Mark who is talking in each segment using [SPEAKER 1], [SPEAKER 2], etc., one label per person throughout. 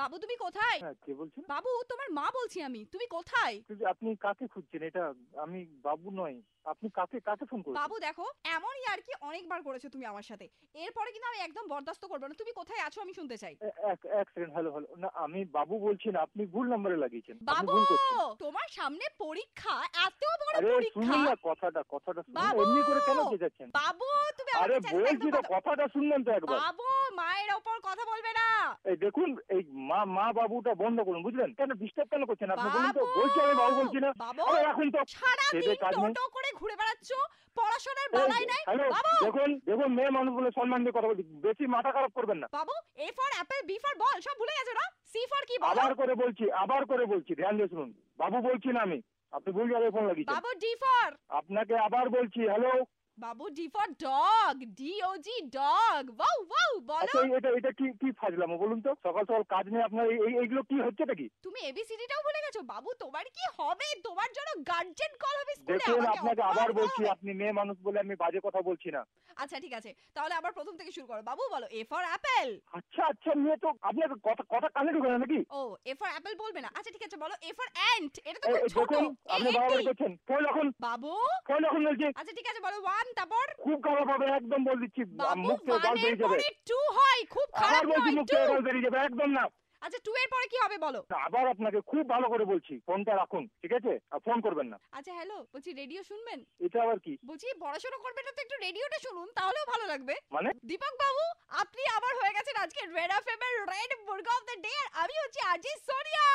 [SPEAKER 1] বাবু তুমি কোথায়
[SPEAKER 2] হ্যাঁ কে বলছেন
[SPEAKER 1] বাবু তোমার মা বলছি আমি তুমি কোথায়
[SPEAKER 2] কিন্তু আপনি কাকে খুঁজছেন এটা আমি বাবু নয় আপনি কাকে কাকে ফোন করেছেন
[SPEAKER 1] বাবু দেখো এমনই আর কি অনেকবার করেছো তুমি আমার সাথে এরপরে কিন্তু আমি একদম বরদাস্ত করবো না তুমি কোথায় আছো আমি শুনতে চাই
[SPEAKER 2] এ- এক এক সেকেন্ড হ্যালো হ্যালো না আমি বাবু বলছি না আপনি ভুল নম্বরে লাগিয়েছেন আপনি
[SPEAKER 1] বাবু
[SPEAKER 2] ভুল করছেন
[SPEAKER 1] তোমার সামনে পরীক্ষা এত বড়
[SPEAKER 2] আরে
[SPEAKER 1] পরীক্ষা
[SPEAKER 2] শুনুন না কথাটা কথাটা শুনুন
[SPEAKER 1] বাবু!
[SPEAKER 2] এমনি করে কেন চেঁচাচ্ছেন
[SPEAKER 1] বাবু তুমি
[SPEAKER 2] আরে
[SPEAKER 1] আমাকে চ্যানেলটা
[SPEAKER 2] বলছি
[SPEAKER 1] একদম
[SPEAKER 2] তো
[SPEAKER 1] কথা-
[SPEAKER 2] কথাটা শুনলেন তো একবার
[SPEAKER 1] বাবু মায়ের ওপর কথা বলবে না
[SPEAKER 2] এই দেখুন এই মা মা বাবুটা বন্ধ করুন বুঝলেন কেন ডিস্টার্ব কেন করছেন আপনি বলুন তো
[SPEAKER 1] বাবু!
[SPEAKER 2] বলছি আমি বাবু বলছি না
[SPEAKER 1] বাবু
[SPEAKER 2] আরে এখন তো
[SPEAKER 1] সারাদিন
[SPEAKER 2] ছেলে কাজ নেই।
[SPEAKER 1] টোটো করে ঘুরে বেড়াচ্ছ পড়াশোনার বালাই নাই
[SPEAKER 2] হ্যালো
[SPEAKER 1] বাবু
[SPEAKER 2] দেখুন দেখুন মেয়ে মানুষ বলে সম্মান দিয়ে কথা বলি বেশি মাথা খারাপ করবেন না
[SPEAKER 1] বাবু A for apple B for ball সব ভুলে গেছো না সি ফর কি বলো
[SPEAKER 2] আবার করে বলছি আবার করে বলছি ধ্যান দিয়ে শুনুন বাবু বলছি না আমি আপনি ভুল জায়গায় ফোন লাগিয়েছেন
[SPEAKER 1] বাবু ডি ফর
[SPEAKER 2] আপনাকে আবার বলছি হ্যালো
[SPEAKER 1] বাবু D for dog D O G dog wow wow বলো
[SPEAKER 2] আচ্ছা এই- এটা এটা কি কি ফাজলাম বলুন তো সকাল সকাল কাজ নিয়ে আপনার এই- এই- এইগুলো কি হচ্ছে নাকি
[SPEAKER 1] তুমি এবিসিডিটাও ভুলে গেছো বাবু তোমার কি হবে তোমার জন্য গার্জেন কল হবে স্কুলে
[SPEAKER 2] দেখুন
[SPEAKER 1] আমাকে
[SPEAKER 2] আপনাকে
[SPEAKER 1] অপমান
[SPEAKER 2] আবার
[SPEAKER 1] করা
[SPEAKER 2] বলছি
[SPEAKER 1] হবে।
[SPEAKER 2] আপনি মেয়ে মানুষ বলে আমি বাজে কথা বলছি না
[SPEAKER 1] আচ্ছা ঠিক আছে তাহলে আবার প্রথম থেকে শুরু করো বাবু বলো এ ফর অ্যাপেল
[SPEAKER 2] আচ্ছা আচ্ছা মেয়ে তো আপনার কথা কথা কানে ঢুকে না নাকি
[SPEAKER 1] ও এ ফর অ্যাপেল বলবে না আচ্ছা ঠিক আছে বলো এ ফর অ্যান্ট এটা তো
[SPEAKER 2] এই-
[SPEAKER 1] খুব
[SPEAKER 2] এই
[SPEAKER 1] ছোট
[SPEAKER 2] দেখুন
[SPEAKER 1] এ
[SPEAKER 2] আপনি বাড়াবাড়ি
[SPEAKER 1] এন্টি।
[SPEAKER 2] করছেন ফোন এখন
[SPEAKER 1] বাবু
[SPEAKER 2] ফোন এখন বলছি
[SPEAKER 1] আচ্ছা ঠিক আছে বলো ওয়ান তারপর
[SPEAKER 2] খুব খারাপ হবে একদম বল দিচ্ছি
[SPEAKER 1] বাবু
[SPEAKER 2] মুখ থেকে জল
[SPEAKER 1] ওয়ানের
[SPEAKER 2] বেরিয়ে যাবে
[SPEAKER 1] পরে টু হয় খুব
[SPEAKER 2] আবার
[SPEAKER 1] খারাপ
[SPEAKER 2] বলছি
[SPEAKER 1] নয়
[SPEAKER 2] মুখ
[SPEAKER 1] টু
[SPEAKER 2] থেকে জল বেরিয়ে যাবে একদম না
[SPEAKER 1] আচ্ছা টু এর পরে কি হবে বলো
[SPEAKER 2] আবার আপনাকে খুব ভালো করে বলছি ফোনটা রাখুন ঠিক আছে আর ফোন করবেন না
[SPEAKER 1] আচ্ছা হ্যালো বলছি রেডিও শুনবেন
[SPEAKER 2] এটা আবার কি
[SPEAKER 1] বলছি পড়াশোনা করবেন না তো একটু রেডিওটা শুনুন তাহলেও ভালো লাগবে
[SPEAKER 2] মানে
[SPEAKER 1] দীপক বাবু আপনি আবার হয়ে গেছেন আজকে রেড এফ এম এর Red Murga of the day আর আমি হচ্ছে আরজি সোনিয়া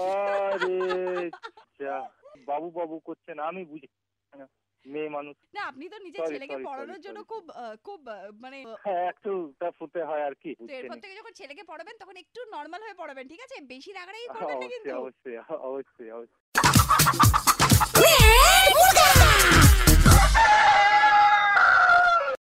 [SPEAKER 2] আরে যা, বাবু বাবু করছেন আমি বুঝি না, মেয়ে মানুষ
[SPEAKER 1] না আপনি তো নিজের
[SPEAKER 2] Sorry,
[SPEAKER 1] ছেলেকে
[SPEAKER 2] sorry,
[SPEAKER 1] পড়ানোর
[SPEAKER 2] sorry,
[SPEAKER 1] জন্য
[SPEAKER 2] sorry.
[SPEAKER 1] খুব আহ, খুব আহ, মানে আহ,
[SPEAKER 2] হ্যাঁ একটু তা ফুটে হয় আর কি
[SPEAKER 1] তো
[SPEAKER 2] বুঝছেন
[SPEAKER 1] এরপর থেকে যখন ছেলেকে পড়াবেন তখন একটু
[SPEAKER 2] হ্যাঁ,
[SPEAKER 1] নর্মাল হয়ে পড়াবেন ঠিক আছে বেশি রাগারাগি করবেন না
[SPEAKER 2] অবশ্যই
[SPEAKER 1] কিন্তু
[SPEAKER 2] অবশ্যই অবশ্যই অবশ্যই